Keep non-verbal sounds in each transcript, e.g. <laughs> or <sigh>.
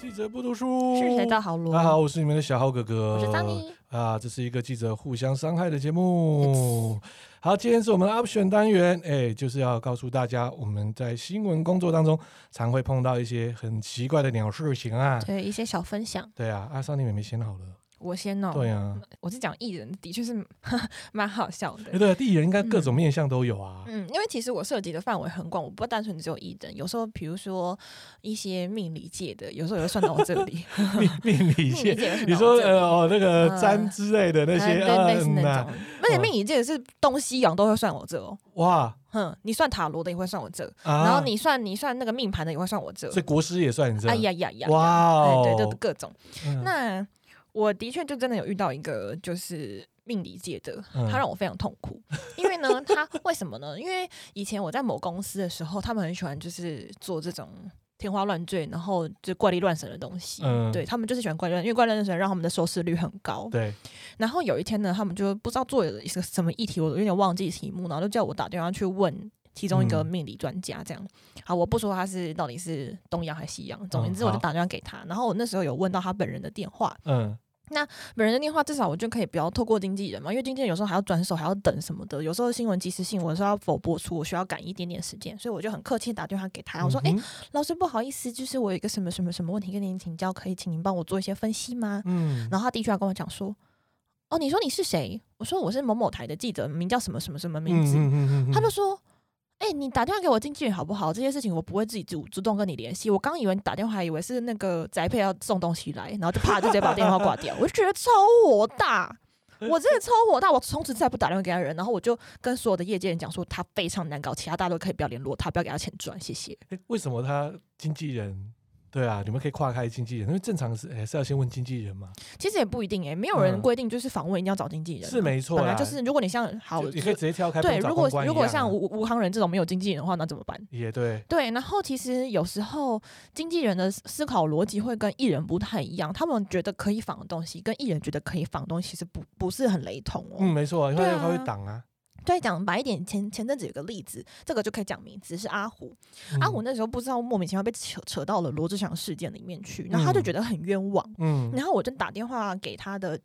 记者不读书，是谁到好罗？大啊家好，我是你们的小浩哥哥，我是张妮。啊，这是一个记者互相伤害的节目。好，今天是我们的 option 单元，哎，就是要告诉大家，我们在新闻工作当中常会碰到一些很奇怪的鸟事情啊。对，一些小分享，对啊，阿桑你妹妹先好了。我先哦。对啊，我是讲艺人，的确是蛮好笑哎，的。对啊，地人应该各种面相都有啊。嗯，因为其实我涉及的范围很广，我不单纯只有艺人，有时候比如说一些命理界的，有时候也会算到我这里。命命理嗯命理界，界也会算到我这 <laughs> 里你说呃哦那个嗯占之类的那哎些，对，类似嗯那呐种。而且命理界是东西洋都会算我这哦。哇哼，你算塔罗的也会算我这，啊，然后你算你算那个命盘的也会算我这。所以国师也算你这，哎呀呀呀！哇哦哎对，就各种。嗯，那我的确就真的有遇到一个就是命理界的，嗯他让我非常痛苦，因为呢，他为什么呢？因为以前我在某公司的时候，他们很喜欢就是做这种。天花乱坠，然后就怪力乱神的东西，嗯对他们就是喜欢怪力乱，因为怪力乱神让他们的收视率很高。对，然后有一天呢，他们就不知道做了一个什么议题，我有点忘记题目，然后就叫我打电话去问其中一个嗯命理专家，这样。好，我不说他是到底是东洋还是西洋，嗯总而言之我就好打电话给他。然后我那时候有问到他本人的电话，嗯本人的电话至少我就可以不要透过经纪人嘛，因为经纪人有时候还要转手，还要等什么的。有时候新闻及时性，我是要否播出，我需要赶一点点时间，所以我就很客气地打电话给他，我说：“哎、嗯哼老师不好意思，就是我有一个什么什么什么问题跟您请教，可以请您帮我做一些分析吗？”嗯，然后他的确还跟我讲说：“哦，你说你是谁？”我说：“我是某某台的记者，名叫什么什么什么名字。嗯他就说：“哎、你打电话给我经纪人好不好？这些事情我不会自己主主动跟你联系。我刚以为你打电话，还以为是那个宅配要送东西来，然后就啪就直接把电话挂掉。我就觉得超火大，我真的超火大。我从此再也不打电话给他人，然后我就跟所有的业界人讲说，他非常难搞，其他大家都可以不要联络他，不要给他钱赚，谢谢。诶为什么他经纪人？对啊，你们可以跨开经纪人，因为正常是还是要先问经纪人嘛，其实也不一定哎、没有人嗯规定就是访问一定要找经纪人啊、是没错本啦。来就是，如果你像好，就你可以直接跳开，对，不用找如果公关如一果样啊像吴吴康人这种没有经纪人的话，那怎么办？也对，对，然后其实有时候经纪人的思思考逻辑会跟艺人不太一样，他们觉得可以仿的东西，跟艺人觉得可以仿的东西是不不是很雷同哦。嗯，没错啊，因为对啊他会挡啊。对，讲白一点，前前阵子有个例子，这个就可以讲名字是阿虎，嗯阿虎，那时候不知道莫名其妙被扯扯到了罗志祥事件里面去，然后他就嗯觉得很冤枉，嗯，然后我就打电话给他的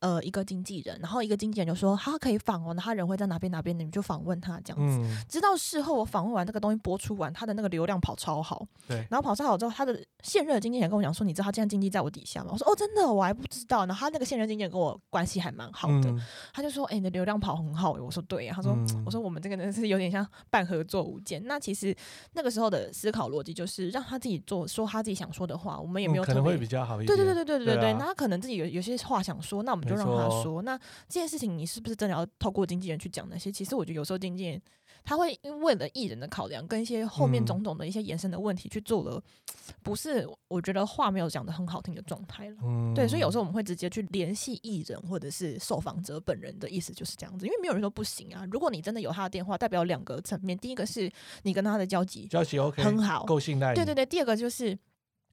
呃一个经纪人，然后一个经纪人就说他可以访哦，那他人会在哪边哪边，你们就访问他这样子。嗯，直到事后我访问完这个东西播出完，他的那个流量跑超好，对，然后跑超好之后，他的现任的经纪人跟我讲说，你知道他现在经纪在我底下吗？我说哦，真的，我还不知道。然后他那个现任经纪人跟我关系还蛮好的，嗯他就说，哎、你的流量跑很好、欸，我说对、啊，他说。嗯我说我们这个呢是有点像半合作无间。那其实那个时候的思考逻辑就是让他自己做说他自己想说的话，我们也没嗯有可特能会别比较好一对点。对对对对对对对，啊那他可能自己有有些话想说，那我们就没让他错说。那这件事情你是不是真的要透过经纪人去讲那些？其实我觉得有时候经纪人他会因为了艺人的考量，跟一些后面嗯种种的一些延伸的问题去做了，不是我觉得话没有讲的很好听的状态了。嗯对，所以有时候候我们会直接去联系艺人或者是受访者本人的意思就是这样子，因为没有人说不行啊。如果你真的有他的电话，代表两个层面，第一个是你跟他的交集交情 OK，很好，够信赖你。对对对，第二个就是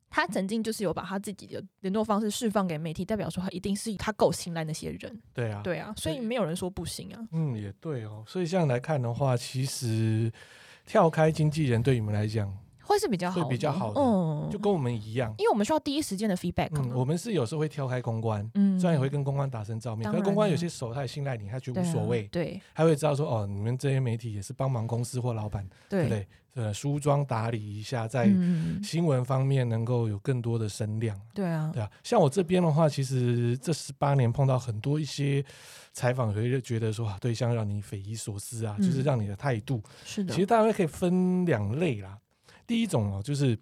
他曾经就是有把他自己的联络方式释放给媒体，代表说他一定是他够信赖那些人。对啊，对啊，所以对没有人说不行啊。嗯，也对哦。所以这样来看的话，其实跳开经纪人对你们来讲，会是比较会好的，比较好的嗯，就跟我们一样。因为我们需要第一时间的 feedback 嗯，嘛。我们是有时候会跳开公关，嗯虽然也会跟公关打声照面，当可是然公关有啊些时候他也信赖你，他觉得对无啊所谓，对他会知道说哦，你们这些媒体也是帮忙公司或老板，对不对，对？呃，梳妆打理一下，在嗯，新闻方面能够有更多的声量，对啊，对啊。像我这边的话，其实这十八年碰到很多一些采访，会觉得说啊对象让你匪夷所思啊，就是嗯让你的态度。是的其，实大概可以分两类啦。第一种哦，就是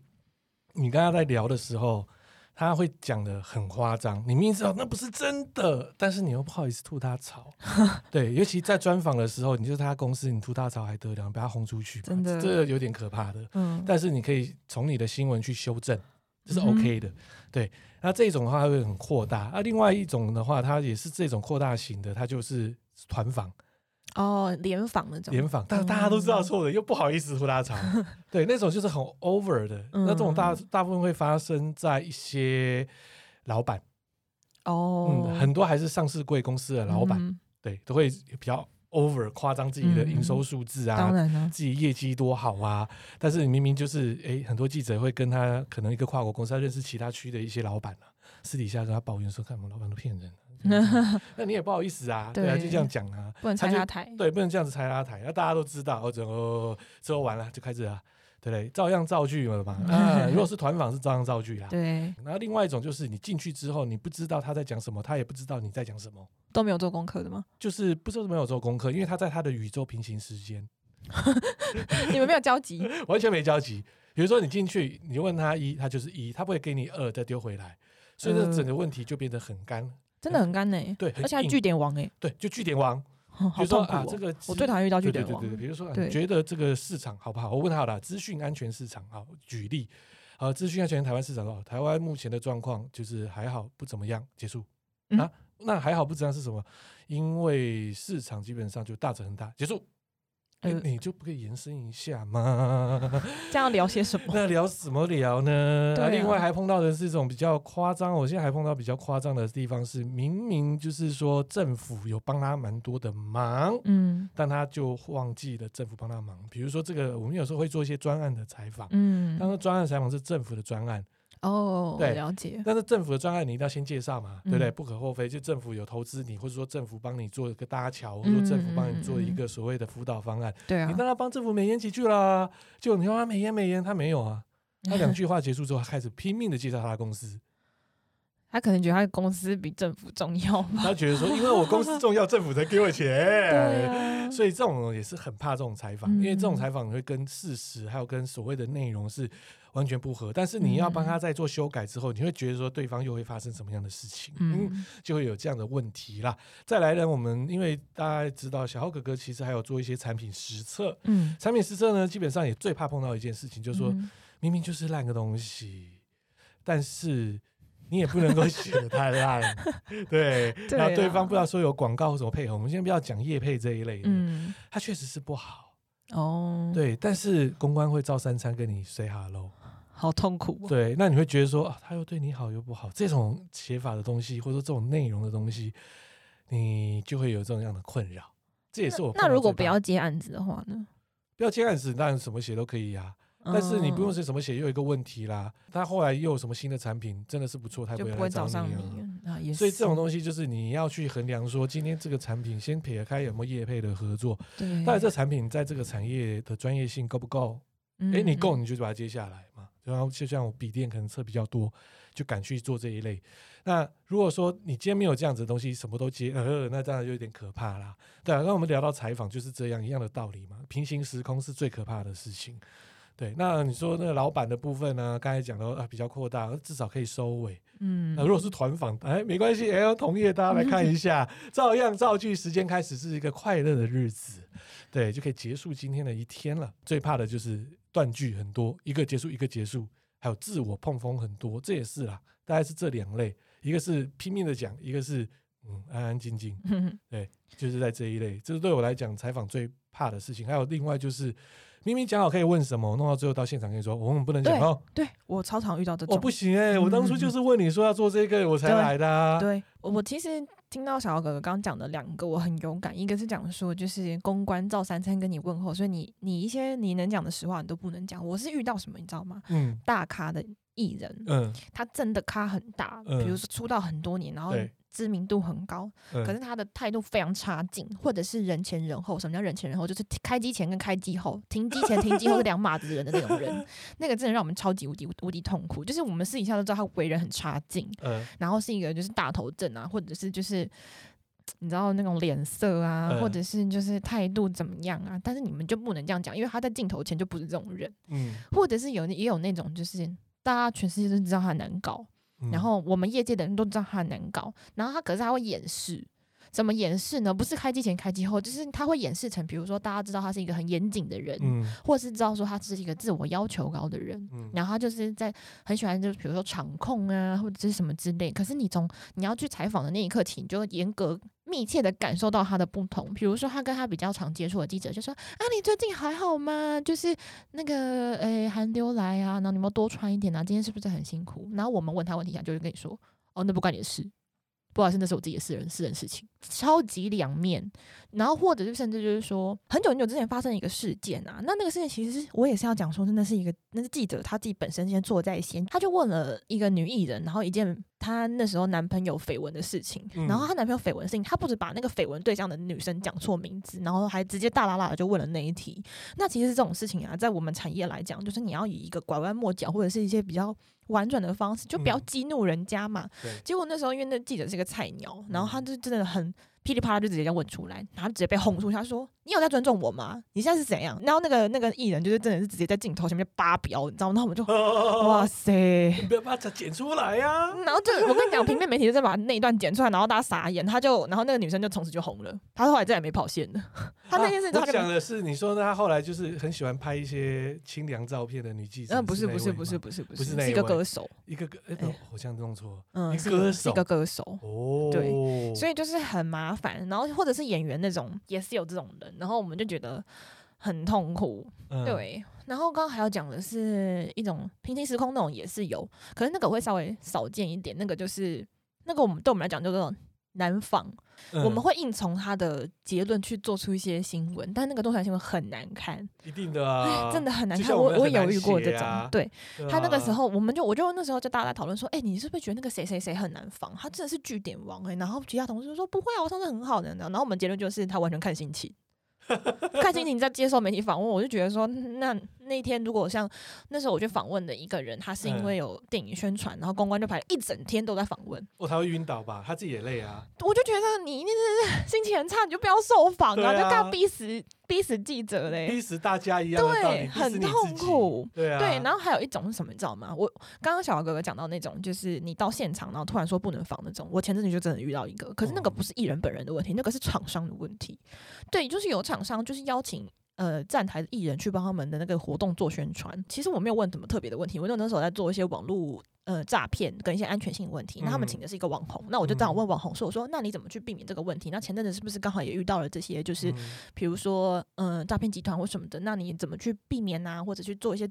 你刚刚在聊的时候，他会讲的很夸张，你明明知道那不是真的，但是你又不好意思吐他 <laughs> 槽。对，尤其在专访的时候，你就是他公司，你吐他槽还得了，你把他轰出去嘛，真的这这有点可怕的。嗯，但是你可以从你的新闻去修正，这是嗯哼 OK 的。对，那这种的话会很扩大。那、另外一种的话，它也是这种扩大型的，它就是团访。哦，联访那种，联访，但哦大家都知道错的，又不好意思吐大槽。 <laughs> 对，那种就是很 over 的。嗯那这种大大部分会发生在一些老板，嗯哦嗯，，很多还是上市贵公司的老板，嗯对，都会比较 over 夸张自己的嗯营收数字啊当，然了，自己业绩多好啊，但是你明明就是诶，很多记者会跟他可能一个跨国公司，他认识其他区的一些老板啊，私底下跟他抱怨说，看我们老板都骗人啊，那你也不好意思啊，对啊，对就这样讲啊，不能拆他就他台。对，不能这样子拆拉台，那大家都知道，哦，之后之后完了就开始啊，对不对？照样造句了嘛，啊， <laughs> 如果是团访是照样造句啦。嗯对，然后另外一种就是你进去之后，你不知道他在讲什么，他也不知道你在讲什么，都没有做功课的吗？ <laughs> 就是不知道有没有做功课，因为他在他的宇宙平行时间，你们没有 <laughs> 交集？完全没交集。比如说你进去，你问他一，他就是一，他不会给你二再丢回来，所以这嗯整个问题就变得很干，真的很干呢、欸，对，很而且还硬据点王哎、欸，对，就据点王，哦比好如说痛苦啊哦、，这个我资最讨厌遇到据对对点对王对，对，比如说、啊、对你觉得这个市场好不好？我问他好了，资讯安全市场啊，举例，呃，资讯安全台湾市场哦，台湾目前的状况就是还好，不怎么样，结束嗯啊。那还好不怎么样是什么？因为市场基本上就大者恒大，结束。哎呃你就不可以延伸一下吗？ <laughs> 这样聊些什么？那聊什么聊呢？对那啊另外还碰到的是一种比较夸张，我现在还碰到比较夸张的地方是，明明就是说政府有帮他蛮多的忙，嗯但他就忘记了政府帮他忙。比如说这个，我们有时候会做一些专案的采访，当嗯，然专案采访是政府的专案，哦，对了解，但是政府的专案你一定要先介绍嘛，嗯对不对？不可厚非，就政府有投资你，或者说政府帮你做一个搭桥，或嗯者说政府帮你做一个所谓的辅导方案，对啊你，当然帮政府美言几句啦。就你说他美言美言，他没有 <laughs> 啊。他两句话结束之后，他开始拼命的介绍他的公司，他可能觉得他的公司比政府重要吧？他觉得说，因为我公司重要，政府才给我 <laughs> 对钱。啊，所以这种也是很怕这种采访，嗯因为这种采访你会跟事实还有跟所谓的内容是完全不合。但是你要帮嗯他在做修改之后，你会觉得说对方又会发生什么样的事情，嗯，嗯，就会有这样的问题啦。再来呢，我们因为大家知道小浩哥哥其实还有做一些产品实测，嗯，产品实测呢基本上也最怕碰到一件事情，就是说嗯明明就是烂个东西，但是你也不能够写的太烂， <laughs> 对。对啊然后对啦方不知道说有广告或什么配合，我们先不要讲业配这一类的，嗯，它确实是不好。哦，，对，但是公关会照三餐跟你 say hello，好痛苦哦，对，那你会觉得说啊，他又对你好又不好，这种写法的东西，或者说这种内容的东西，你就会有这种样的困扰。这也是我碰那到如果最不大要接案子的话呢？不要接案子，当然什么写都可以啊。但是你不用嗯是什么写，又有一个问题啦。他后来又有什么新的产品，真的是不错，他就会不来会找找上你你啊。了啊，也所以这种是东西就是你要去衡量说，今天这个产品先撇开有没有业配的合作，对，到底这产品在这个产业的专业性够不够？嗯，哎诶，你够嗯你就把它接下来嘛。然后就像我笔电可能测比较多，就敢去做这一类。那如果说你今天没有这样子的东西，什么都接，呃，那当然就有点可怕啦。对啊，那我们聊到采访就是这样一样的道理嘛。平行时空是最可怕的事情。对，那你说那个老板的部分呢、刚才讲到啊、比较扩大，至少可以收尾。嗯，呃那、如果是团访，哎，没关系，哎，同业大家来看一 <laughs> 下，照样造句，时间开始是一个快乐的日子，对，就可以结束今天的一天了。最怕的就是断句很多，一个结束一个结束，还有自我碰锋很多，这也是啦，大概是这两类，一个是拼命的讲，一个是嗯安安静静，就是在这一类，这是对我来讲采访最怕的事情。还有另外就是，明明讲好可以问什么，弄到最后到现场跟你说，我们不能讲哦， <laughs> 对我超常遇到这种，我、不行哎、我当初就是问你说要做这个，我才对来的、啊。对我我其实听到小姚哥哥刚刚讲的两个，我很有感。一个是讲说，就是公关赵三餐跟你问候，所以你你一些你能讲的实话你都不能讲。我是遇到什么你知道吗？嗯大咖的艺人，嗯，他真的咖很大，比如嗯说出道很多年，然后对知名度很高，嗯可是他的态度非常差劲，或者是人前人后。什么叫人前人后？就是开机前跟开机后，停机前停机后是两码子人的那 <laughs> 种人，那个真的让我们超级无敌无敌痛苦。就是我们私底下都知道他为人很差劲，嗯然后是一个就是大头症啊，或者是就是你知道那种脸色啊，嗯或者是就是态度怎么样啊，但是你们就不能这样讲，因为他在镜头前就不是这种人，嗯，或者是有也有那种就是。大家全世界都知道他难搞，嗯然后我们业界的人都知道他难搞，然后他可是他会掩饰，怎么掩饰呢？不是开机前开机后，就是他会掩饰成，比如说大家知道他是一个很严谨的人，嗯或是知道说他是一个自我要求高的人，嗯然后他就是在很喜欢，就是比如说场控啊，或者是什么之类。可是你从你要去采访的那一刻起，你就严格密切的感受到他的不同。比如说，他跟他比较常接触的记者就说：“啊，你最近还好吗？就是那个诶寒流来啊，然后你们多穿一点啊，今天是不是很辛苦？”然后我们问他问题，他就会跟你说：“哦，那不关你的事。”不好意思，那是我自己的私人私人事情，超级两面。然后或者是甚至就是说，很久很久之前发生一个事件啊，那那个事件其实是我也是要讲说，真的是一个那是记者他自己本身先做在先，他就问了一个女艺人，然后一件她那时候男朋友绯闻的事情，嗯然后她男朋友绯闻的事情，她不止把那个绯闻对象的女生讲错名字，然后还直接大啦啦的就问了那一题。那其实这种事情啊，在我们产业来讲，就是你要以一个拐弯抹角或者是一些比较婉转的方式，就不要嗯激怒人家嘛。对嗯结果那时候因为那记者是个菜鸟，然后他就真的很噼里啪啦就直接这样问出来，然后直接被轰出去。他说：“你有在尊重我吗？你现在是怎样？”然后那个那个艺人就是真的是直接在镜头前面发飙，你知道吗？然后我们就哇塞！哦嗯你不要把它剪出来啊呀、然后就我跟你讲，平面媒体就在把那一段剪出来，然后大家傻眼，他就然后那个女生就从此就红了，她后来再也没跑线了。她那件事啊情我她就没讲的是，你说她后来就是很喜欢拍一些清凉照片的女记者，嗯，不是那不是位不吗是不是不不是，是那是一一个位歌手，一个个，哎、哎好像弄错嗯，一是歌个是一手个歌手。哦，对，所以以就是很麻烦，然后或者是演员那种也是有这种人，然后我们就觉得很痛苦。、嗯对，然后刚刚还要讲的是一种平行时空那种也是有，可是那个我会稍微少见一点，那个就是那个我们对我们来讲就是那种难仿，嗯我们会硬从他的结论去做出一些新闻，但那个动产新闻很难看，一定的哎啊，真的很难就看，像我我们我很难有遇过这写种，啊对。对啊他那个时，候，我们就我就那时候就大家在讨论说，哎、你是不是觉得那个谁谁谁很难防？他真的是据点王哎、然后其他同事就说不会啊，我上次很好的呢。然后我们结论就是他完全看 <laughs> 心情，看心情在接受媒体访问，我就觉得说，那那一天如果像那时候我去访问的一个人，他是因嗯为有电影宣传，然后公关就排了一整天都在访问，哦，他会晕倒吧？他自己也累啊，我就觉得你一定是 <laughs> 心情很差，你就不要受访啊，对啊就干嘛逼死逼死记者嘞，逼死大家一样的道理，对逼死很你自痛己苦，对啊，对，然后后还有一种是什么，你知道吗？我刚刚小姚哥哥讲到那种，就是你到现场，然后突然说不能访那种。我前阵子就真的遇到一个，可是那个哦不是艺人本人的问题，那个是厂商的问题。对，就是有厂商就是邀请呃站台的艺人去帮他们的那个活动做宣传。其实我没有问什么特别的问题，我那时候在做一些网络。呃，诈骗跟一些安全性问题，那他们嗯请的是一个网红，那我就嗯这样问网红说：“我说，那你怎么去避免这个问题？那前阵子是不是刚好也遇到了这些，就是嗯比如说，嗯、诈骗集团或什么的，那你怎么去避免啊，或者去做一些，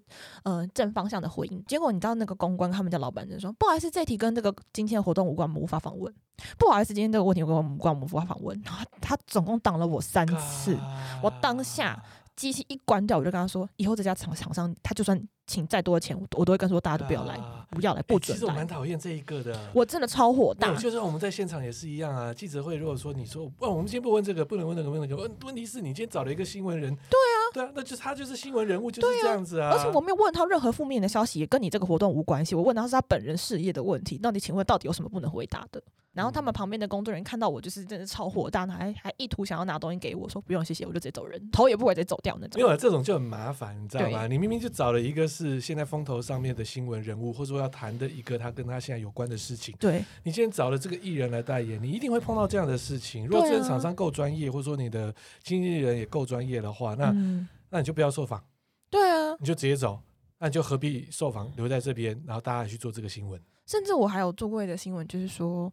呃，正方向的回应？结果你知道那个公关他们家老板就说，不好意思，这题跟这个今天的活动无关，我们无法访问。不好意思，今天这个问题跟我们无关，我们无法访问。然后他总共挡了我三次，我当下机器一关掉，我就跟他说，以后这家厂厂商，他就算请再多的钱，我我都会跟他说大家都不要来，啊不要来，哎不其准实我来蛮。讨厌这一个的，啊我真的超火没有大，就算我们在现场也是一样啊。记者会如果说你说，哇，我们先不问这个，不能问那个，问那个，问问题是你今天找了一个新闻人，对啊，对啊，那就是他就是新闻人物，就是这样子啊。而且我没有问他任何负面的消息，也跟你这个活动无关系。我问他是他本人事业的问题，到底请问到底有什么不能回答的？然后他们嗯旁边的工作人员看到我就是真的超火大，还还意图想要拿东西给我，说不用谢谢，我就直接走人，头也不回直接走掉那没种。有啊这种就很麻烦，你知道吗？你明明就找了一个是现在风头上面的新闻人物，或者说要谈的一个他跟他现在有关的事情，对，你今天找了这个艺人来代言，你一定会碰到这样的事情。如果对啊这个厂商够专业，或者说你的经纪人也够专业的话，那、嗯，那你就不要受访，对啊，你就直接走，那你就何必受访留在这边，然后大家还去做这个新闻？甚至我还有做过一个新闻，就是说，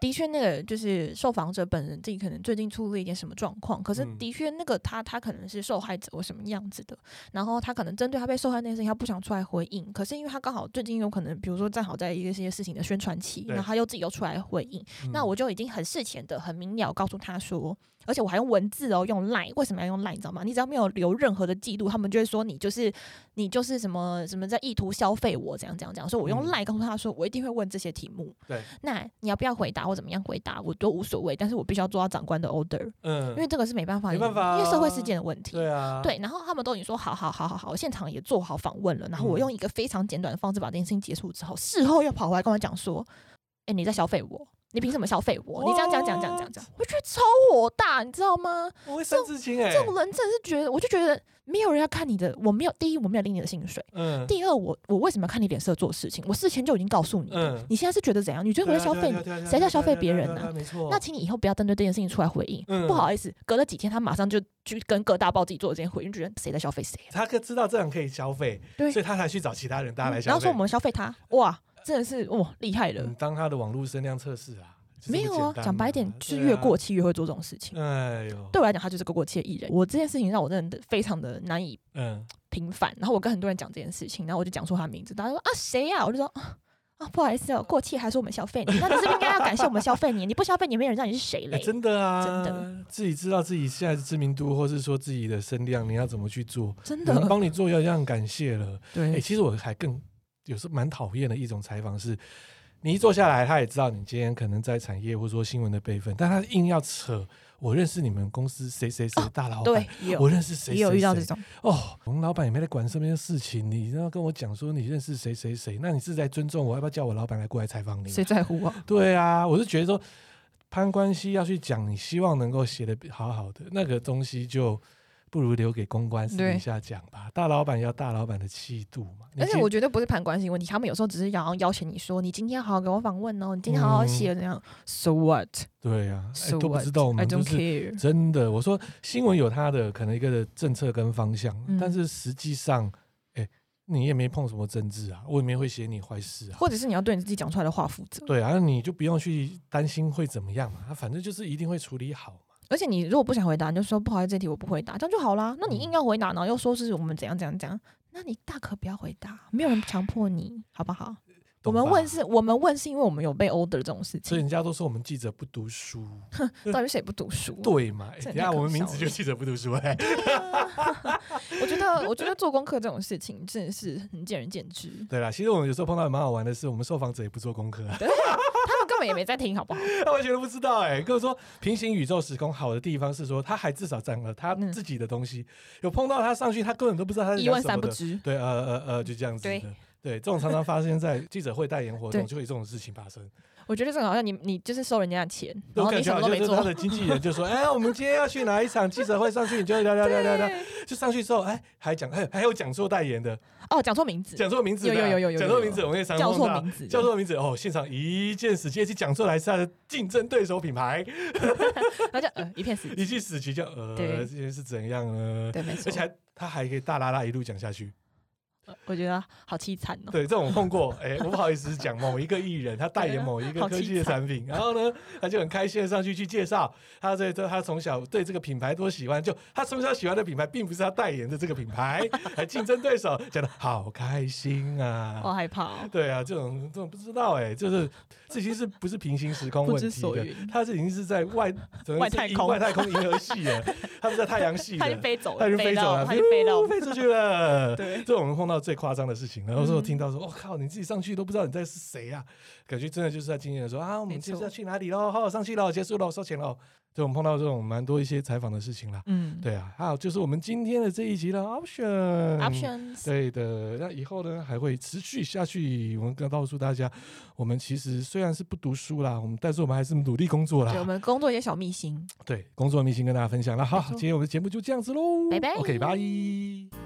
的确那个就是受访者本人自己可能最近出了一点什么状况，可是嗯的确那个他他可能是受害者或什么样子的，然后他可能针对他被受害那件事情，他不想出来回应，可是因为他刚好最近有可能，比如说正好在一个些事情的宣传期，对然后他又自己又出来回应，嗯那我就已经很事前的很明了告诉他说，而且我还用文字哦，用 line，为什么要用 line？你知道吗？你只要没有留任何的记录，他们就会说你就是你就是什么什么在意图消费我，怎样怎样怎样。所以我用嗯 line 告诉他说，我一定会问这些题目。对，那你要不要回答或怎么样回答，我都无所谓，但是我必须要做到长官的 order，因为嗯，这个是没办法，没办法因为社会啊事件的问题。对啊，对，然后他们都已经说好好好好好，现场也做好访问了，然后我嗯用一个非常简短的方式把这件事情结束之后，事后又跑回来跟我讲说，哎、你在消费我，你凭什么消费我？你这样讲讲讲讲讲，我觉得超火大，你知道吗？我会三字经哎、这种人真的是觉得，我就觉得没有人要看你的，我没有第一我没有领你的薪水，嗯第二我我为什么要看你脸色做事情？我事前就已经告诉你了，嗯你现在是觉得怎样？你觉得我在消费你？对啊对啊对啊对啊对啊谁在消费别人对啊对啊呢对啊没错，那请你以后不要针对这件事情出来回应。嗯不好意思，隔了几天，他马上就去跟各大报自己做了这件回应，就觉得谁在消费谁啊？他可知道这样可以消费，对所以他才去找其他人大家来嗯消费。然后说我们消费他，哇，真的是哇厉害了嗯，。当他的网络声量测试啊，就这么没有啊简，单啊讲白一点，就是越过期越会做这种事情。对啊哎呦，对我来讲，他就是个过期的艺人。我这件事情让我真的非常的难以嗯，平反。然后我跟很多人讲这件事情，然后我就讲出他的名字，大家说啊谁呀、我就说啊啊，不好意思哦，过气还说我们消费你，那你是不是应该要感谢我们消费你？你不消费你，没有人知道你是谁哎嘞。真的啊，真的，自己知道自己现在的知名度，或是说自己的声量，你要怎么去做？真能的，帮你做要这样感谢了。哎、对，其实我还更有时候蛮讨厌的一种采访是，你一坐下来，他也知道你今天可能在产业或者说新闻的辈分，但他硬要扯我认识你们公司谁谁谁大老板，哦对，也有我认识谁也有谁遇到谁这种，哦，我们老板也没在管身边的事情，你要跟我讲说你认识谁谁谁，那你是在尊重我，要不要叫我老板来过来采访你？谁在乎啊？对啊，我是觉得说攀关系要去讲，你希望能够写的好好的那个东西，就不如留给公关私底对下讲吧。大老板要大老板的气度嘛。你而且今我觉得不是攀关系问题，他们有时候只是想要邀请你说，你今天好好给我访问哦，你今嗯天好好写怎样、s o what？So 对啊，哎 what？都不知道我 I 们 don't 就是 <laughs> care。真的。我说新闻有它的可能一个政策跟方向，啊嗯但是实际上，哎、你也没碰什么政治啊，我也没会写你坏事啊。或者是你要对你自己讲出来的话负责。对啊，那你就不用去担心会怎么样嘛，啊反正就是一定会处理好嘛。而且你如果不想回答，你就说不好意思，这题我不回答，这样就好啦。嗯那你硬要回答，然后又说是我们怎样怎样怎样，那你大可不要回答，没有人强迫你，好不好？我懂们吧问是我们问是因为我们有被 order 这种事所以情，人家都说我们记者不读书，到底谁不读书？对嘛？哎嗯这等也一下太可我们名笑字了就记者不读书哎、我觉得，我觉得做功课这种事情真的是很见仁 <laughs> 见智，对啦，其实我们有时候碰到蛮好玩的是，我们受访者也不做功课、啊，他们根本也没在听，好不好？他 <laughs> 完全都不知道哎、跟我说平行宇宙时空好的地方是说，他还至少讲了他嗯自己的东西，有碰到他上去，他根本都不知道他在一讲问什三么不的。知。对，呃呃呃，就这样子对的。对，这种常常发生在记者会代言活动，对就会有这种事情发生。我觉得这个好像你你就是收人家的钱，我然后感你什觉么好都像没就是他做。的经纪人 <laughs> 就说：“哎、我们今天要去哪一场记者会？上去你就聊聊聊聊聊。”就上去之后，哎，还讲，还还有讲错代言的，哦，讲错名字，讲错名字的，啊有有有有有讲错有名字，我们也常叫碰错到名字叫错名字哦，现场一键死机，而且讲出来是他的竞争对手品牌，然后就呃一片死 <laughs> 一寂。句死局就呃，对这件事怎样呢？对，没 <laughs> 而错且，还他还可以大拉拉一路讲下去，我觉得好凄惨哦。对，这种我碰过， <laughs> 哎，我不好意思讲某一个艺人，他代言某一个好科技凄的惨 <laughs> 产品，然后呢，他就很开心的上去去介绍，他对他从小对这个品牌多喜欢，就他从小喜欢的品牌并不是他代言的这个品 <laughs> 牌，还竞争对手，讲的好开心啊，我害怕哦。对啊，这种这种不知道哎、就是这已经是不是平行时空不问知题所的云？它这已经是在外怎么外是太银空外太空银河系了，它是在太阳系 <laughs> 他就的，飞走它了，已经飞走到了，他就飞到呜。飞出去了。 <laughs> 对，这我们碰到最夸张的事情，然后说我嗯听到说，我、靠，你自己上去都不知道你在是谁啊，感觉真的就是在经纪人说啊，我们没就是错要去哪里喽，好，上去喽，结束喽，收钱喽。就我们碰到这种蛮多一些采访的事情啦。嗯对嗯啊，还有就是我们今天的这一集的 option ，options 对的，那以后呢还会持续下去。我们告诉大家，我们其实虽然是不读书啦，我们但是我们还是努力工作对，我啦。们工作一些小秘辛。对，工作的秘辛跟大家分享了。好，没错今天我们的节目就这样子喽，拜拜，OK，拜。